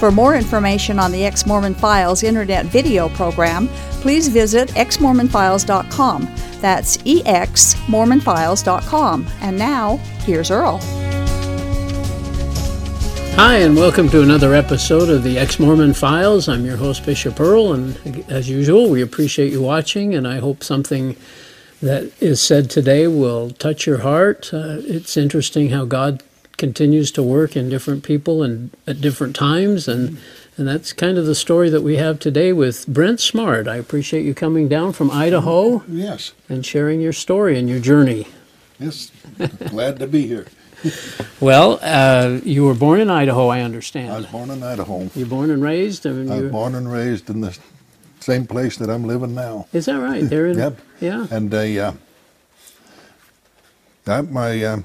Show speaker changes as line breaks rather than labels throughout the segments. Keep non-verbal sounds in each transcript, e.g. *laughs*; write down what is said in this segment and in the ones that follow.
For more information on the Ex Mormon Files internet video program, please visit exmormonfiles.com. That's E exmormonfiles.com. And now, here's Earl.
Hi, and welcome to another episode of the Ex Mormon Files. I'm your host, Bishop Earl, and as usual, we appreciate you watching, and I hope something that is said today will touch your heart. Uh, it's interesting how God continues to work in different people and at different times and and that's kind of the story that we have today with Brent Smart. I appreciate you coming down from Idaho
Yes,
and sharing your story and your journey.
yes. Glad to be here.
Well, uh, you were born in Idaho, I
I was
understand.
born in Idaho.
You're born and raised. I mean,
I was
you're-
born and raised in the same place that I'm living now.
Is that right? There in
*laughs* Yep.
yeah.
And they, uh, that my, uh,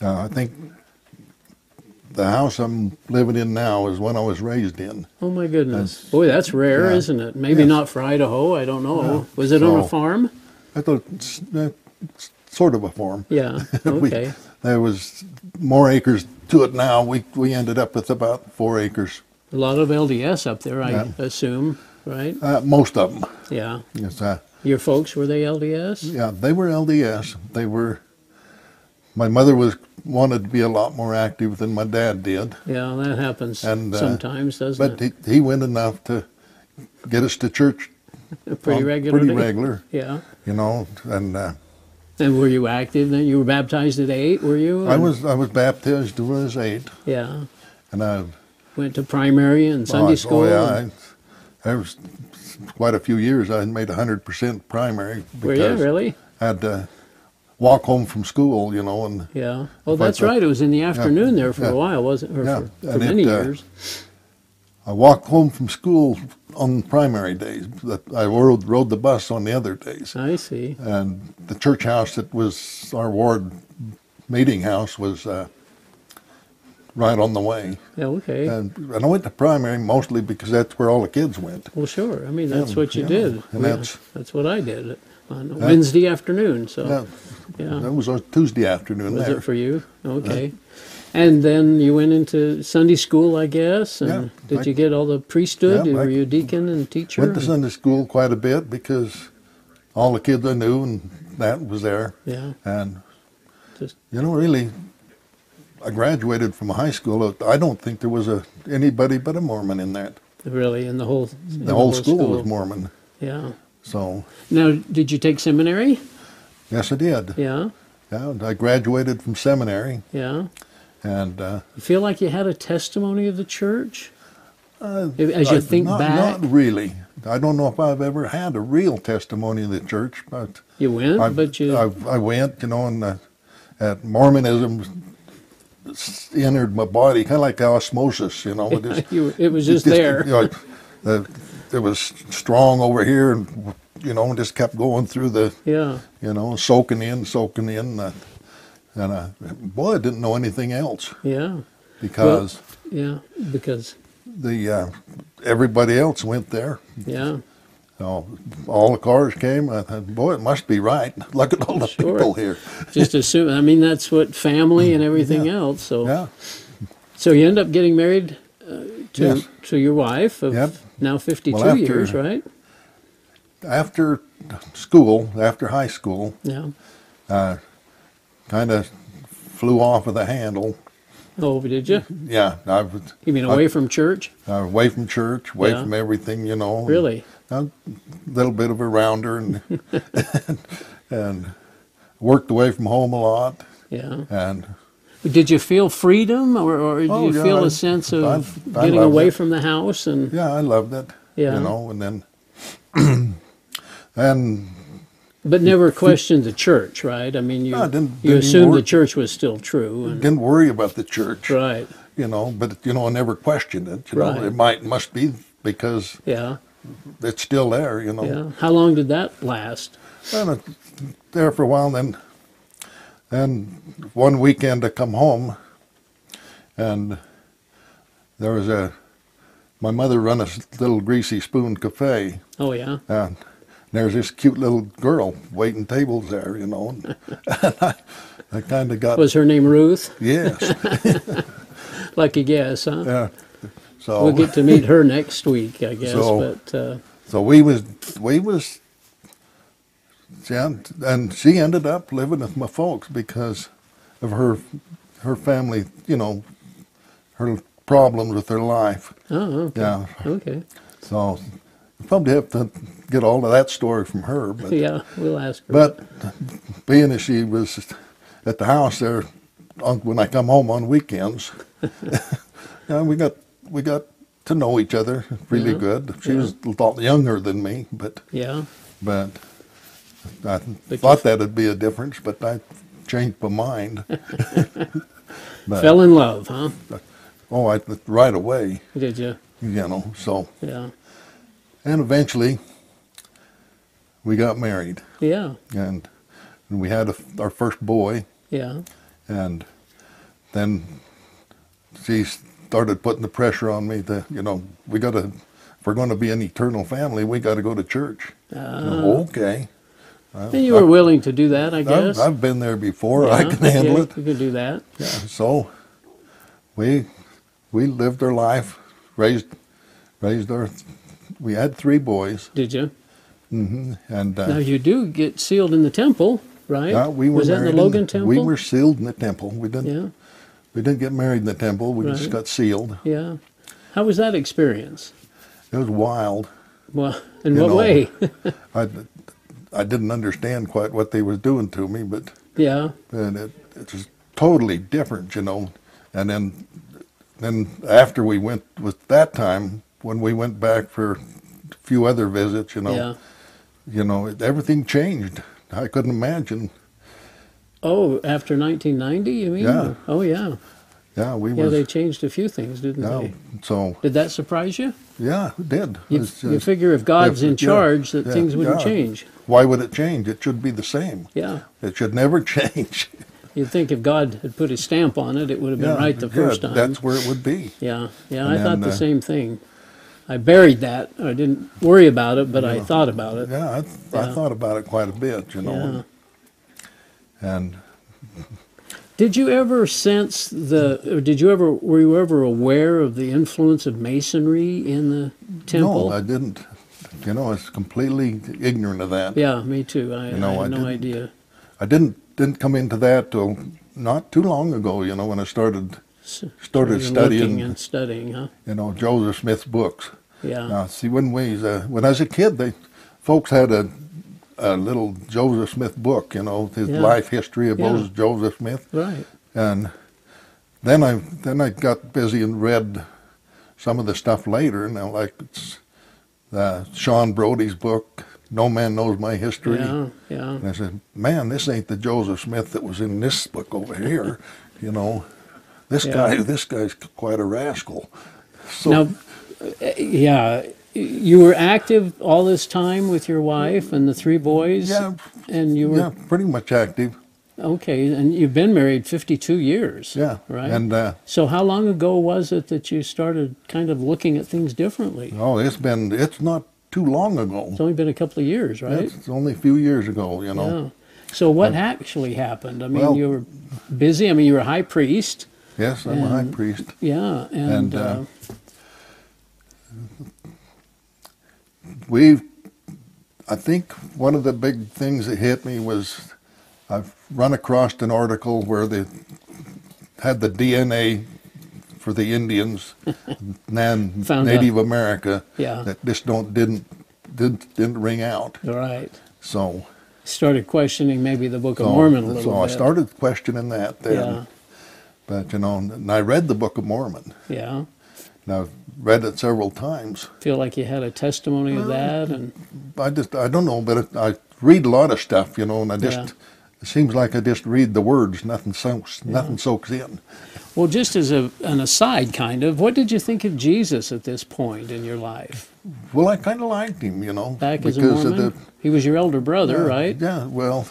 uh, I think the house I'm living in now is one I was raised in.
Oh my goodness. Boy, that's rare,
yeah.
isn't it? Maybe
Yes.
not for Idaho. I don't know.
No.
Was it on a
So-
farm?
I thought it's, uh, it's sort of a farm.
Yeah.
*laughs* We-
Okay.
there was more acres to it now. We we ended up with about four acres,
a lot of LDS up there, I
Yeah.
assume, right?
uh, most of them.
Yeah.
Yes. Uh,
Your folks were they LDS?
Yeah, they were LDS. They were. My mother was wanted to be a lot more active than my dad did,
Yeah, that happens
And, uh,
sometimes, doesn't
but he, he went enough to get us to church
it? Pretty
on-
regularly.
Pretty regular,
Yeah.
you know. And uh,
And were you active then? You were baptized at eight, were you?
I
And-
was I was baptized when I was eight,
Yeah.
and I
Went to primary and Sunday
oh,
school.
Oh yeah,
and-
I, I was quite a few years. I made hundred percent primary
were you
because
really?
I had to walk home from school, you know, and
Yeah. Oh,
In fact,
that's right. It was in the afternoon there for
yeah.
a while, wasn't it? Or
Yeah.
for, for
And it,
many
uh,
years.
I walked home from school on primary days. but I rode, rode the bus on the other days.
I see.
And the church house that was our ward meeting house was uh, right on the way.
Yeah, okay.
And, and I went to primary mostly because that's where all the kids went.
well, sure. I mean, that's
yeah,
what you
yeah.
did.
And
Yeah,
that's-
that's what I did on a Wednesday afternoon. So,
That,
yeah.
that was our Tuesday afternoon
Was
there.
it for you? Okay. And then you went into Sunday school, I guess. And
Yeah,
did
I-
you get all the priesthood?
Yeah,
Were
I-
you a deacon and teacher?
Went to Sunday school quite a bit because all the kids I knew and that was there.
Yeah.
And
Just
You know, really, I graduated from high school. I don't think there was a anybody but a Mormon in that.
really in the whole in
The whole school, was Mormon.
Yeah.
So,
Now, did you take seminary?
yes, I did.
Yeah.
Yeah, and I graduated from seminary,
Yeah.
and uh,
You feel like you had a testimony of the church?
uh,
As you
I-
think
not,
back,
not really. I don't know if I've ever had a real testimony of the church, but
you went,
I,
but you
I, I went, you know, and uh, at Mormonism s- entered my body, kind of like osmosis, you know.
*laughs*
It just,
You were- it was
*laughs*
just there.
You know, the, it was strong over here, and you know, just kept going through the,
yeah.
you know, soaking in, soaking in, uh, and uh, boy, I didn't know anything else
Yeah.
because
Yeah. Because
the uh, everybody else went there.
yeah.
Oh, all the cars came. I thought, boy, it must be right. *laughs* Look at all the
Sure.
people here.
Just assume I mean that's what family and everything
Yeah.
else. So
Yeah.
So you end up getting married uh, to
Yes.
to your wife of
Yep.
now 52
Well, after-
years, right?
after school, after high school,
Yeah.
kind of flew off of the handle.
Oh, did you?
Yeah, I was
You mean
Mm-hmm. I-
away from church?
uh, away from church, away
Yeah.
from everything, you know. and
Really?
A little bit of a rounder and, *laughs* and and worked away from home a lot
Yeah.
and
Did you feel freedom, or, or did
Oh,
you
yeah,
feel a
I-
sense
I-
of
I
getting
loved
away
it.
from the house and
yeah, I loved it.
Yeah.
You know, and then *clears throat* and
but never questioned the church, right? I mean, you
No, I didn't-
you
didn't
assumed the
work.
church was still true, and,
didn't worry about the
*laughs*
church,
right?
you know, but you know, I never questioned it, you
Right.
know. It might must be because
Yeah,
it's still there, you know.
yeah. How long did that last?
And uh, there for a while, then, and one weekend I come home, and there was a my mother run a s- little greasy spoon cafe,
Oh yeah.
and there's this cute little girl waiting tables there, you know, and, *laughs* I, I kind of got
Was her name Ruth?
yes,
Lucky guess, huh?
yeah. So
We'll get to meet her next week, I guess.
Oh. So-
but uh,
So we was we was yeah, and she ended up living with my folks because of her her family, you know, her problems with her life.
oh, okay.
Yeah.
Okay.
So you probably have to get all of that story from her, but
yeah, we'll ask her.
but being that she was at the house there on, when I come home on weekends, *laughs* and we got we got to know each other really
Yeah.
good.
Mm-hmm.
She
Yeah.
was a lot younger than me, but
yeah.
but I th-
But you-
thought that'd be a difference, but I changed
*laughs*
my mind. but,
Fell in love, huh?
oh, I, right away,
Did you?
you know. So
Yeah.
and eventually, we got married,
Yeah.
and, and we had a, our first boy,
Yeah.
and then she started putting the pressure on me to, you know, we got to, if we're going to be an eternal family, we got to go to church.
Ah.
okay.
And you were willing to do that, I guess.
I've, I've been there before. I
Yeah,
can handle
yeah,
it.
You can do that.
So we we lived our life, raised raised our. We had three boys,
Did you?
and uh,
Now you do get sealed in the temple, right?
yeah, we were
Was that in the
married
Logan Temple?
We were sealed in the temple. We didn't
Yeah.
we didn't get married in the temple. We
Right.
just got sealed.
Yeah. How was that experience?
It was wild.
Well, *laughs* in
You
what
know.
way?
I I didn't understand quite what they was doing to me, but
yeah.
and it it was totally different, you know. And then then after we went with that time when we went back for a few other visits, you know.
Yeah.
you know, it- everything changed. I couldn't imagine.
Oh, after 1990, you mean?
Yeah.
Oh, yeah.
Yeah, we
Yeah,
was.
they changed a few things, didn't
yeah,
they?
so
Did that surprise you?
yeah, it did.
You,
It's
you
just-
figure if God's
if-
in
yeah,
charge, that
yeah,
things wouldn't
yeah.
change.
Why would it change? It should be the same.
Yeah.
It should never *laughs* change.
You'd think if God had put his stamp on it, it would have been
yeah,
right the
yeah,
first time.
That's where it would be.
yeah, yeah, I
And
thought
then,
the
uh,
same thing. I buried that. I didn't worry about it, but I thought about it.
Yeah, I,
Yeah.
I thought about it quite a bit, you know. And
Did you ever sense the, or did you ever, were you ever aware of the influence of masonry in the temple?
no, I didn't. You know, I was completely ignorant of that.
yeah, me too. I,
You know,
I
I
had no
didn't.
idea.
I didn't didn't come into that till not too long ago. You know, when I started
S-
started
looking
studying,
and studying, huh?
you know, Joseph Smith's books.
Yeah.
Now, see, when we uh, when I was a kid, they folks had a a little Joseph Smith book, you know, his
Yeah.
life history of
Yeah.
Moses Joseph Smith,
Right.
and then I then I got busy and read some of the stuff later. Now, like it's, uh, Sean Brody's book, No Man Knows My History.
Yeah, yeah.
And I said, man, this ain't the Joseph Smith that was in this book over here, you know. This
Yeah.
guy, this guy's quite a rascal. So
now, uh, yeah, you were active all this time with your wife and the three boys.
Yeah.
And you were
yeah, pretty much active.
okay, and you've been married 52 years.
Yeah,
Right.
And uh,
so, how long ago was it that you started kind of looking at things differently?
oh, it's been it's not too long ago.
It's only been a couple of years, right?
It's only a few years ago, you know.
Yeah. So, what actually happened? I mean,
Well-
you were busy. I mean, you were a high priest.
Yes, I'm a high
And-
priest.
Yeah, and,
And, uh, We've, I think one of the big things that hit me was I've run across an article where they had the DNA for
*laughs*
the Indians and
Found out.
Native America
Yeah.
that just don't didn't didn't, didn't ring out.
uh, all right.
So
Started questioning maybe the Book of
so,
Mormon a little
so
bit.
Oh, I started questioning that then.
Yeah,
But you know, and I read the Book of Mormon.
yeah.
And I've read it several times.
feel like you had a testimony of that and
I just I don't know, but it, I read a lot of stuff, you know, and I just
Yeah.
it seems like I just read the words. Nothing soaks, nothing soaks in.
Well, just as a, an aside, kind of, what did you think of Jesus at this point in your life?
Well, I kind of liked him, you know,
Back as a
because
Mormon,
of the
he was your elder brother,
yeah,
right?
Yeah, well,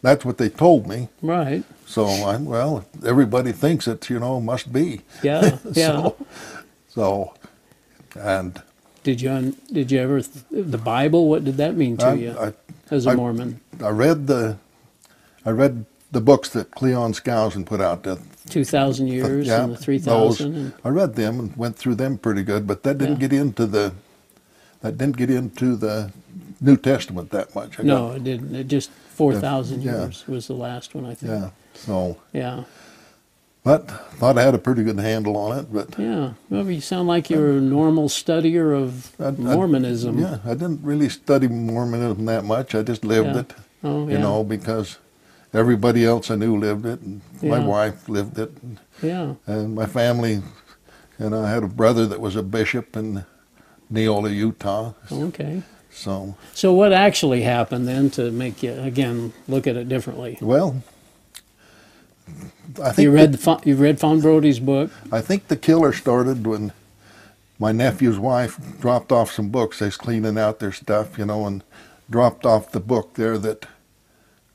that's what they told me. *laughs*
Right.
So I'm well. Everybody thinks it, you know, must be. *laughs*
Yeah. Yeah.
So, so and
Did you un- did you ever th- the Bible? What did that mean to
I,
you
I,
as a
I-
Mormon?
I read the I read the books that Cleon Skousen put out. The,
Two thousand years
yeah,
and the three
those.
thousand. and
I read them and went through them pretty good, but that didn't
Yeah.
get into the that didn't get into the New Testament that much. I
No,
got-
it didn't. It just four thousand
yeah.
years was the last one, I think.
yeah. So,
Yeah.
but thought I had a pretty good handle on it, but
Yeah. Well, you sound like you're a normal studier of
I- I-
Mormonism.
Yeah, I didn't really study Mormonism that much. I just lived
Yeah.
it,
Oh, yeah.
you know, because everybody else I knew lived it, and my
Yeah.
wife lived it, and,
Yeah.
and my family. And I had a brother that was a bishop in Neola, Utah.
Oh, Okay.
So,
So what actually happened then to make you again look at it differently?
well, I think
You
the-
read Fo- you read Von Brody's book.
I think the killer started when my nephew's wife dropped off some books. They's cleaning out their stuff, you know, and dropped off the book there that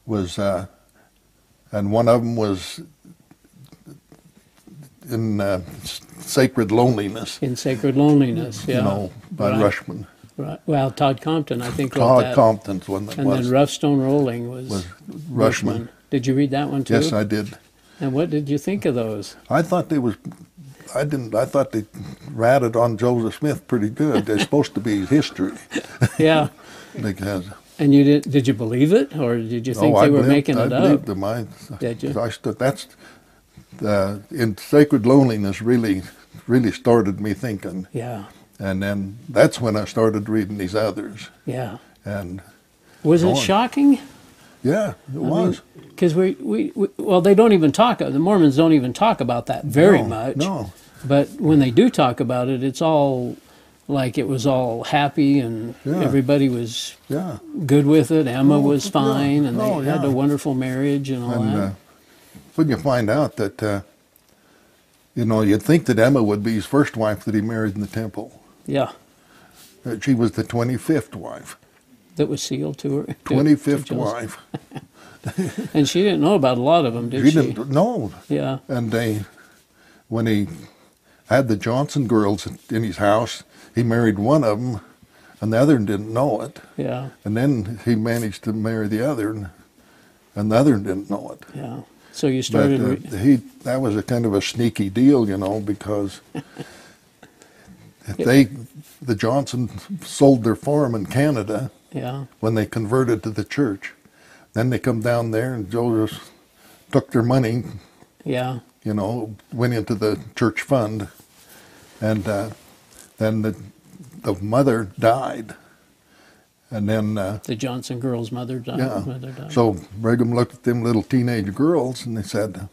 was, uh, and one of them was in uh, Sacred Loneliness,
in Sacred Loneliness. Yeah.
you know, by
right,
Rushman.
Right. Well, Todd Compton, I think, wrote
Todd
that.
Compton's one that
and
was,
then Rough Stone Rolling was,
was Rushman.
Did you read that one too?
Yes, I did.
And what did you think of those?
I thought they was, I didn't. I thought they ratted on Joseph Smith pretty good. They're supposed to
*laughs*
be history
Yeah.
because
And you did? Did you believe it, or did you think
oh,
they
I
were
believed,
making
I
it
believed
up?
them. I,
Did you?
I stood. That's uh, in sacred loneliness. Really, really started me thinking,
Yeah.
and then that's when I started reading these others.
Yeah.
And
Was
Go
it
on.
shocking?
yeah, it was.
Because we, we, we, well, they don't even talk, the Mormons don't even talk about that very
No,
much.
No,
But when they do talk about it, it's all like it was all happy and
Yeah.
everybody was
yeah,
good with it. Emma was
yeah.
fine, and they
Oh,
had
yeah.
a wonderful marriage and all
and
that.
uh, when you find out that. Uh, you know, you'd think that Emma would be his first wife that he married in the temple.
yeah,
that She was the 25th wife.
that was sealed to her. *laughs* to- to
25th
Joseph.
wife.
And she didn't know about a lot of them, did
she
she?
didn't, no,
Yeah,
And they, when he had the Johnson girls in his house, he married one of them, and the other didn't know it.
yeah,
And then he managed to marry the other, and, and the other didn't know it.
yeah. So you
But
started.
uh,
re-
he, that was a kind of a sneaky deal, you know, because they, the Johnsons sold their farm in Canada
yeah,
when they converted to the church. Then they come down there, and Joseph took their money,
yeah,
you know, went into the church fund, and uh, then the the mother died, and then uh,
the Johnson girl's mother died. *laughs*
yeah,
mother died.
so Brigham looked at them little teenage girls, and they said,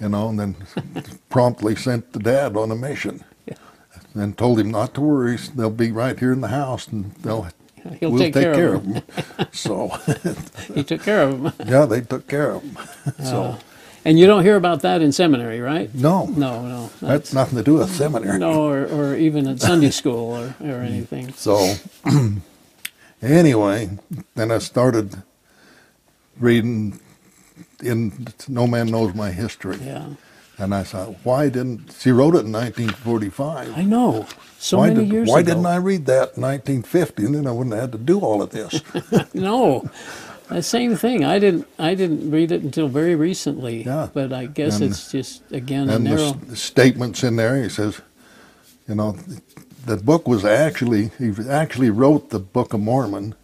you know, and then *laughs* promptly sent the dad on a mission,
Yeah.
and told him not to worry, they'll be right here in the house, and they'll.
*laughs* he'll
we'll
take, care, of them.
them.
*laughs*
so, *laughs*
He took care of them.
yeah, they took care of them. *laughs* So,
And you don't hear about that in seminary, right?
no,
Uh, No, no,
that's nothing to do with seminary.
no, or, or even at Sunday school or,
*laughs*
or
Hmm.
anything.
So *clears throat* anyway, then I started reading in No Man Knows My History.
Yeah,
And I thought, why didn't she wrote it in 1945?
I know. So
why
many
did,
years
why
ago.
didn't I read that in 1950? And then I wouldn't have had to do all
*laughs*
of this.
No, the same thing. I didn't. I didn't read it until very recently.
Yeah.
But I guess
And-
it's just again a
and the,
narrow.
s- the statements in there, he says, you know, the book was actually he actually wrote the Book of Mormon,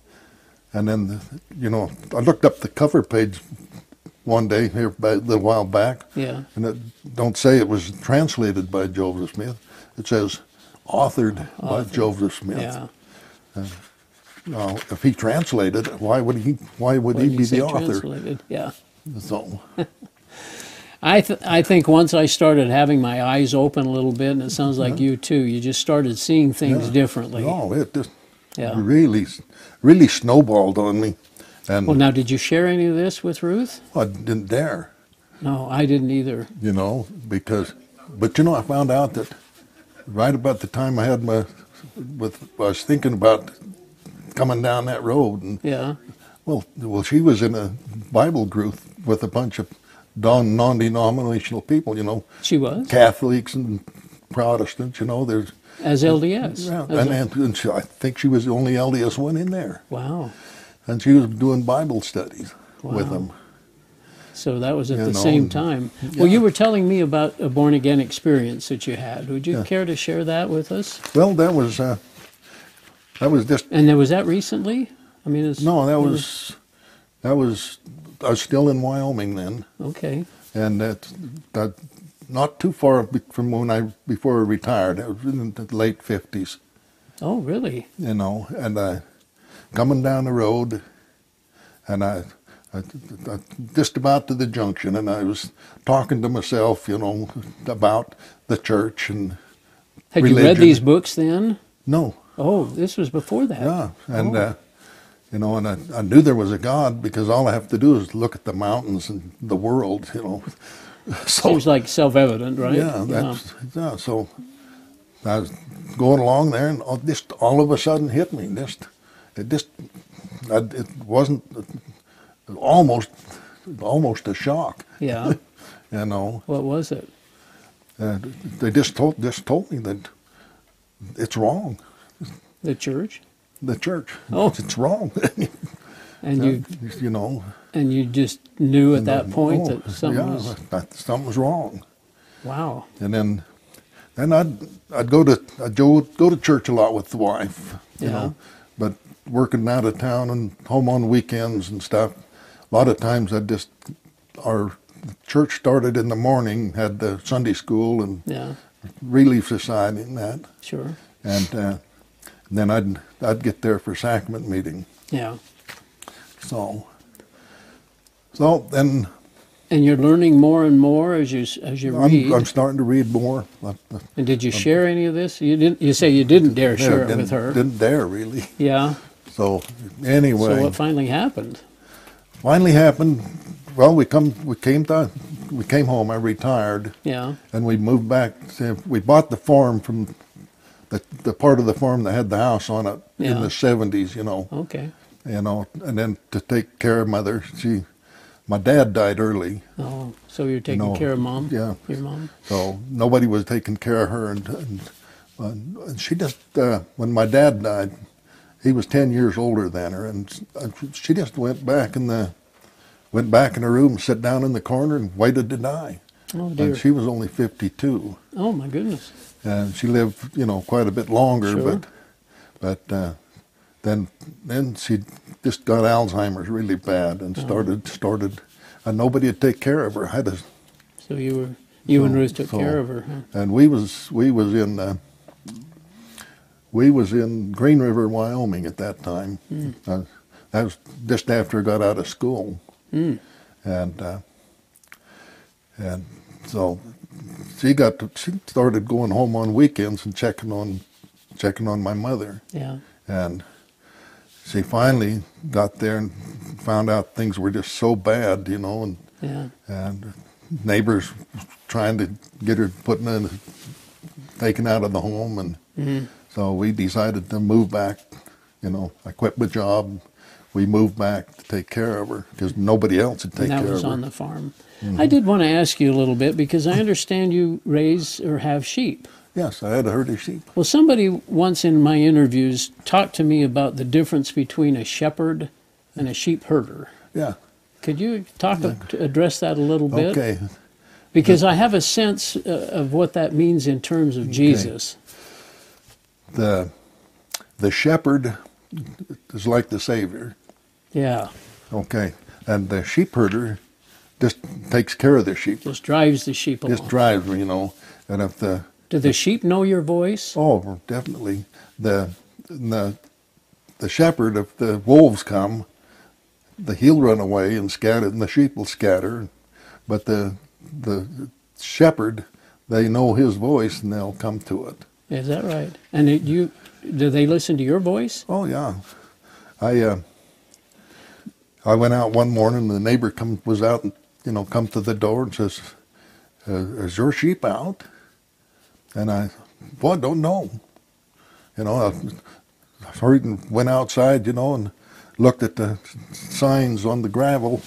and then the, you know I looked up the cover page one day here ba- a little while back,
Yeah.
and it don't say it was translated by Joseph Smith. It says authored by Joseph Smith.
Yeah.
Now, if he translated, it, why would he? Why would
When
he
you
be
say
the author?
translated, Yeah.
So,
I th- I think once I started having my eyes open a little bit, and it sounds like you too. You just started seeing things
Yeah.
differently.
no, oh, it just
Yeah.
really, really snowballed on me, and
Well, now did you share any of this with Ruth?
I didn't dare.
No, I didn't either.
you know, because, but you know, I found out that right about the time I had my, with, I was thinking about coming down that road, and
Yeah.
well, well, she was in a Bible group with a bunch of non non-denominational people, you know,
She was
Catholics and Protestants, you know, there's,
as LDS.
yeah,
As
and, and, and she, I think she was the only LDS one in there,
a- wow.
and she was doing Bible studies with
Wow.
them.
So that was at
You
the
know,
same
and-
time. Well, you were telling me about a born again experience that you had. Would you
Yeah.
care to share that with us?
Well, that was, uh, that was just
And then was that recently? I mean, it's
No, that
it
was that was I was still in Wyoming then,
okay.
and that that not too far be- from when I before I retired. It was in the late fifties,
Oh, really?
you know, and I coming down the road, and I. I, I, just about to the junction, and I was talking to myself, you know, about the church and
Had you read
Religion.
these books then?
no,
Oh, this was before that.
Yeah, and
Oh.
uh, you know, and I, I knew there was a God because all I have to do is look at the mountains and the world, you know. *laughs* So
Seems like self-evident, right?
yeah, that's yeah. So I was going along there, and all, just all of a sudden hit me. Just it just I, it wasn't almost almost a shock,
yeah.
you know.
What was it?
And they just told just told me that it's wrong.
The church?
The church,
Oh.
it's wrong. *laughs*
And you
you know.
and you just knew at that
And,
point
oh,
that something
yeah,
was
that something was wrong.
wow.
And then, then I'd I'd go to I'd go, go to church a lot with the wife, you
Yeah.
know, but working out of town and home on weekends and stuff. A lot of times I just our church started in the morning, had the Sunday school and
Yeah,
Relief Society and that,
sure.
and, uh, and then I'd I'd get there for sacrament meeting.
Yeah.
So, so then
And you're learning more and more as you s- as you read.
I'm, I'm starting to read more. I-
and did you share any of this? You didn't. You say you didn't dare
Yeah,
share it
Um, didn't-
with her.
Didn't dare really.
Yeah.
So anyway,
So what finally happened?
finally happened. Well, we come we came to we came home. I retired,
Yeah.
and we moved back. to- We bought the farm from the the part of the farm that had the house on it
Yeah. Oh.
in the seventies. You know,
Okay.
you know, and then to take care of mother. She, my dad died early,
Oh, so you're taking
know,
care of mom.
yeah.
Your mom.
so nobody was taking care of her, and and, uh, and she just uh, when my dad died, he was ten years older than her, and s- uh, she just went back in the went back in her room, sat down in the corner, and waited to die.
Oh dear.
And she was only fifty-two,
oh my goodness.
and she lived you know quite a bit longer,
Sure.
but but uh, then then she just got Alzheimer's really bad
Oh.
and started started, and nobody would take care of her. I had to
So you were you and
So-
Ruth took
so-
care of her. Huh?
and we was we was in uh, we was in Green River, Wyoming at that time. Uh, that was just after I got out of school, and uh, and so she got to, she started going home on weekends and checking on checking on my mother,
Yeah.
and she finally got there and found out things were just so bad, you know, and
Yeah.
and neighbors trying to get her put in a, taken out of the home and
Mm-hmm.
so we decided to move back you know i quit my job we moved back to take care of her because nobody else would take
and that
care
was
of her Mm-hmm.
on the farm. I did want to ask you a little bit because I understand you raise or have sheep.
yes i had a herd of sheep
Well, somebody once in my interviews talked to me about the difference between a shepherd and a sheep herder.
yeah
Could you talk to address that a little bit?
okay
Because I have a sense uh, of what that means in terms of Jesus.
the the shepherd is like the savior
Yeah,
okay and the sheep herder just takes care of the sheep
just drives the sheep along.
just drives her, you know and if the
Do the sheep know your voice?
Oh, definitely. The the the shepherd, if the wolves come, the he'll run away and scatter, and the sheep will scatter. But the the shepherd, they know his voice and they'll come to it.
Is that right? And it, you, do they listen to your voice?
Oh yeah, I uh, I went out one morning. The neighbor come was out you know, comes to the door and says, "Uh, "Is your sheep out?" And I, well, I don't know. You know, I- I hurried and went outside, you know, and looked at the signs on the gravel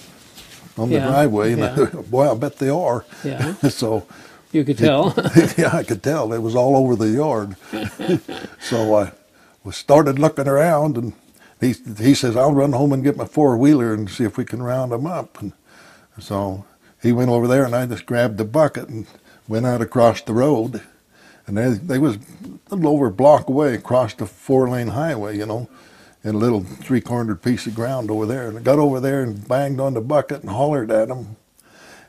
on
Yeah,
the driveway, and I-
yeah.
*laughs* boy, I bet they are.
Yeah.
*laughs* so
You could tell.
*laughs* yeah, I could tell. It was all over the yard. *laughs* so I was started looking around, and he, he says, I'll run home and get my four wheeler and see if we can round them up. And so he went over there, and I just grabbed the bucket and went out across the road. And they, they was a little over a block away across the four lane highway, you know, and a little three cornered piece of ground over there. And I got over there and banged on the bucket and hollered at him.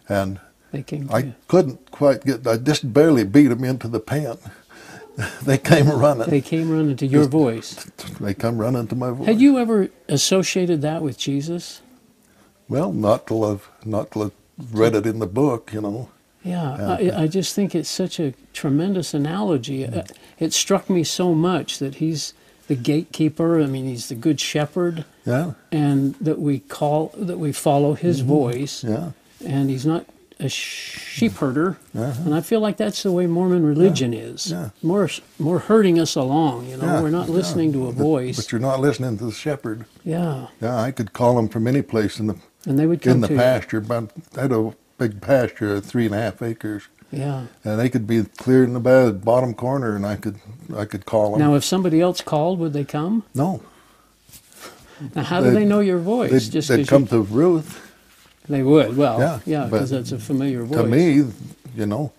And
*laughs* they came to
I couldn't quite get. I just barely beat them into the pan. *laughs* they came running.
They
They,
came running to your
Just-
voice.
come running to my voice.
Had you ever associated that with Jesus?
Well, not till I've not till I've read it in the book, you know.
Yeah,
Yeah.
I, I just think it's such a tremendous analogy.
Mm-hmm.
Uh It struck me so much that he's the gatekeeper. I mean, he's the good shepherd,
Yeah,
and that we call that we follow his voice.
Mm-hmm. yeah,
and he's not a sheep herder.
Uh-huh.
And I feel like that's the way Mormon religion is.
yeah.
More more herding us along, you know.
yeah.
We're not
yeah.
listening to a
But-
voice.
But you're not listening to the shepherd.
yeah.
Yeah, I could call him from any place in the
And they would come
in the
to you.
pasture. But I had a big pasture, of three and a half acres,
Yeah.
and they could be cleared in the ba- bottom corner, and I could I could call them.
Now if somebody else called, would they come?
no,
Now how do
They'd-
they know your voice?
they'd,
Just
they'd
'cause
come
you,
to Ruth.
they would. Well, yeah,
Yeah, but
because that's a familiar voice.
to me, you know,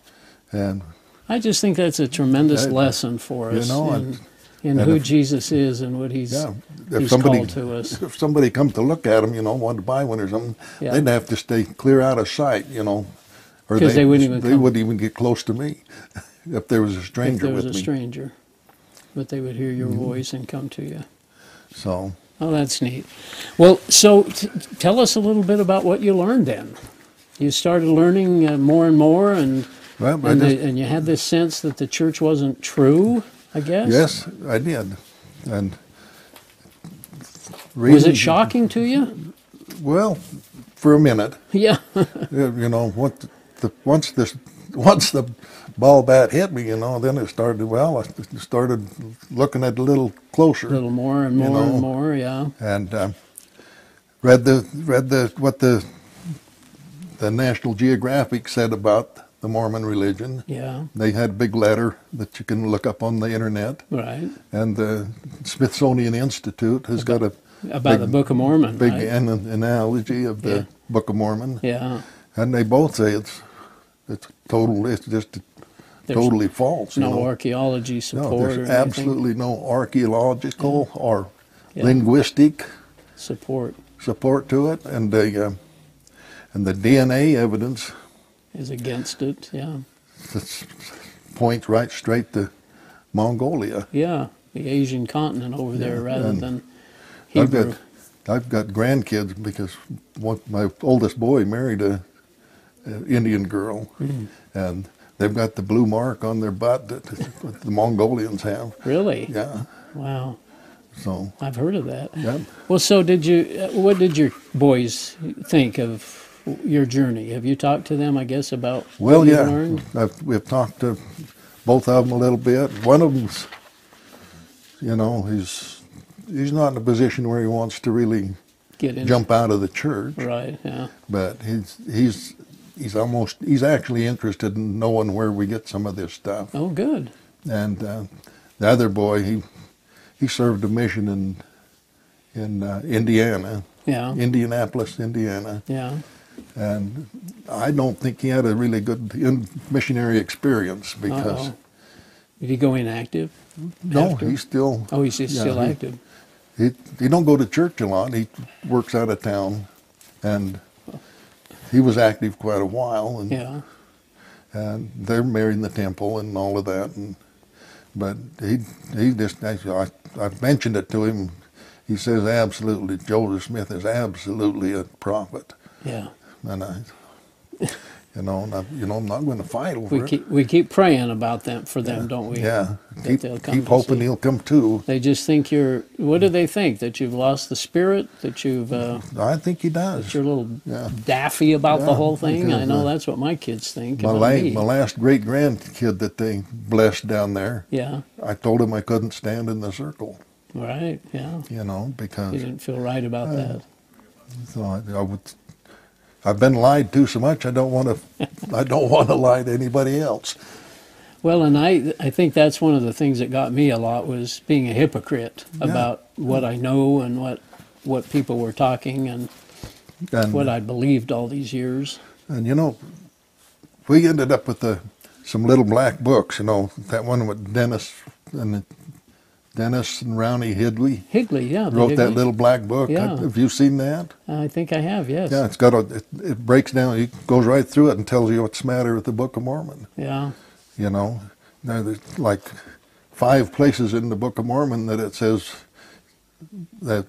and
I just think that's a tremendous
I-
lesson for
you
us in,
know, and-
in
and
who
if-
Jesus is and what he's,
yeah,
he's
if somebody
called to us.
if somebody come to look at them, you know, wanted to buy one or something,
Yeah.
they'd have to stay clear out of sight, you know, or
'Cause they wouldn't even
they
come.
wouldn't even get close to me *laughs* if there was a
If
stranger
there was
with
a
me. Mm-hmm.
stranger. But they would hear your voice and come to you.
So
Oh, that's neat. Well, so t- tell us a little bit about what you learned then. You started learning uh, more and more, and
well, I
and,
just-
the, and you had this sense that the church wasn't true. I guess.
yes, I did, and
Was
reason-
it shocking to you? *laughs*
Well, for a minute,
Yeah. *laughs*
you you know, what the, once this once the ball bat hit me, you know, then it started. Well, I started looking at it a little closer.
a little more and
You
more and
know.
more. Yeah.
and um, read the read the what the the National Geographic said about the Mormon religion.
Yeah.
They had a big letter that you can look up on the internet,
Right.
and the Smithsonian Institute has got a
About
Big-
the Book of Mormon.
big
right?
an, analogy of the
Yeah.
Book of Mormon,
Yeah.
and they both say it's it's total it's just
There's
totally false. you
No
know.
archaeology support.
no,
or
there's
anything.
absolutely no archaeological or
Yeah.
linguistic
support
support to it, and the uh, and the DNA evidence
is against it. Yeah.
s- points right straight to Mongolia.
Yeah. The Asian continent over there, rather
and
than
I've
Hebrew.
got I've got grandkids because one, my oldest boy married a, a Indian girl, and they've got the blue mark on their butt that *laughs* that the Mongolians have.
Really?
Yeah,
Wow.
so
I've heard of that.
yeah.
Well, so did you? uh, What did your boys think of your journey? Have you talked to them? I guess about
Well,
what you
yeah,
learned?
I've, we've talked to both of them a little bit. One of them's, you know, he's he's not in a position where he wants to really
Get in,
jump out of the church,
right? Yeah,
but he's he's he's almost he's actually interested in knowing where we get some of this stuff.
oh, good.
And uh, the other boy, he he served a mission in in uh, Indiana,
Yeah,
Indianapolis, Indiana,
yeah,
and I don't think he had a really good in- missionary experience because
Uh-oh. did he go inactive?
no,
after?
he's still
Oh, he's just
yeah,
still
he-
active.
He he don't go to church a lot. He works out of town, and he was active quite a while. And,
Yeah,
and they're married in the temple and all of that. And but he he just I I mentioned it to him. He says absolutely,
*laughs*
Joseph Smith is absolutely a prophet.
yeah.
And I, You know, and I, you know, I'm not going to fight over
We
it.
keep we keep praying about them for them, don't we?
yeah,
that
keep,
they'll come
keep
to
hoping
see.
he'll come too.
They just think you're. What do they think that you've lost the spirit? That you've uh,
I think he
that
does.
you're a little
Yeah.
daffy about
Yeah,
the whole thing?
because,
I know
uh,
that's what my kids think
My,
about
la-
me.
my last great grandkid that they blessed down there,
yeah,
I told him I couldn't stand in the circle,
right. Yeah,
you know,
you
because
didn't feel right about that.
so I, I would, I've been lied to so much. I don't want to, I don't want to lie to anybody else.
Well, and I I think that's one of the things that got me a lot was being a hypocrite about what I know and what what people were talking and
And
what I believed all these years.
And you know, we ended up with the, some little black books. You know that one with Dennis and Dennis and Rowney Hidley
Higley, yeah, the
wrote that
Higley-
little black book.
Yeah.
Have you seen that?
I think I have. Yes.
Yeah, it's got a. It, it breaks down. It goes right through it and tells you what's the matter with the Book of Mormon.
yeah.
You know, now there's like five places in the Book of Mormon that it says that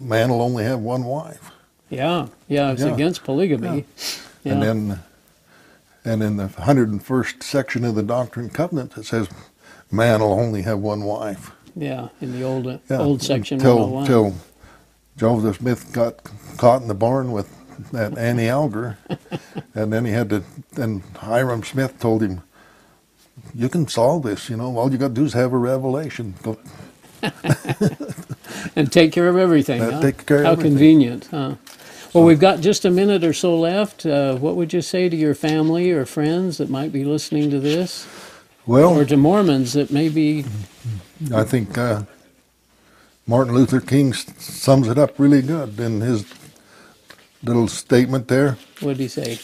man will only have one wife.
Yeah, yeah, it's
Yeah.
against polygamy. Yeah.
And then, and in the 101st section of the Doctrine and Covenant, it says, man will only have one wife.
yeah, in the old uh
Yeah,
old section
Till,
101.
till Joseph Smith got caught in the barn with that Annie
*laughs*
Alger, and then he had to, and Hiram Smith told him, you can solve this, you know, all you got to do is have a revelation. Go,
and take care of everything.
Uh,
huh?
take care of
How
everything.
convenient. Huh? Well, we've got just a minute or so left. Uh, what would you say to your family or friends that might be listening to this, or
well,
to Mormons that may be?
I think uh, Martin Luther King s- sums it up really good in his little statement there.
What did he say?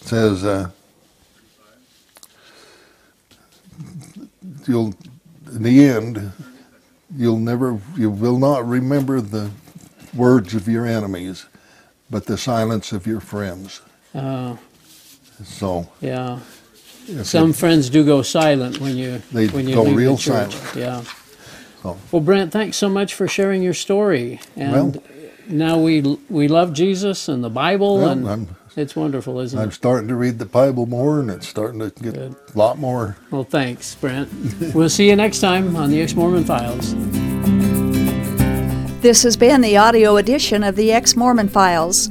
says uh, you'll in the end you'll never you will not remember the words of your enemies but the silence of your friends
Uh,
so
yeah,
if
some
you-
friends do go silent when you
They
when you
go
leave
real
the church.
silent.
Yeah.
so,
Well, Brent, thanks so much for sharing your story. And
Well-
now we we love Jesus and the Bible,
well,
and
I'm,
it's wonderful, isn't
I'm
it?
starting to read the bible more and it's starting to get
Good.
a lot more
Well, thanks, Brent. we'll see you next time on the Ex Mormon Files.
This has been the audio edition of the Ex Mormon Files.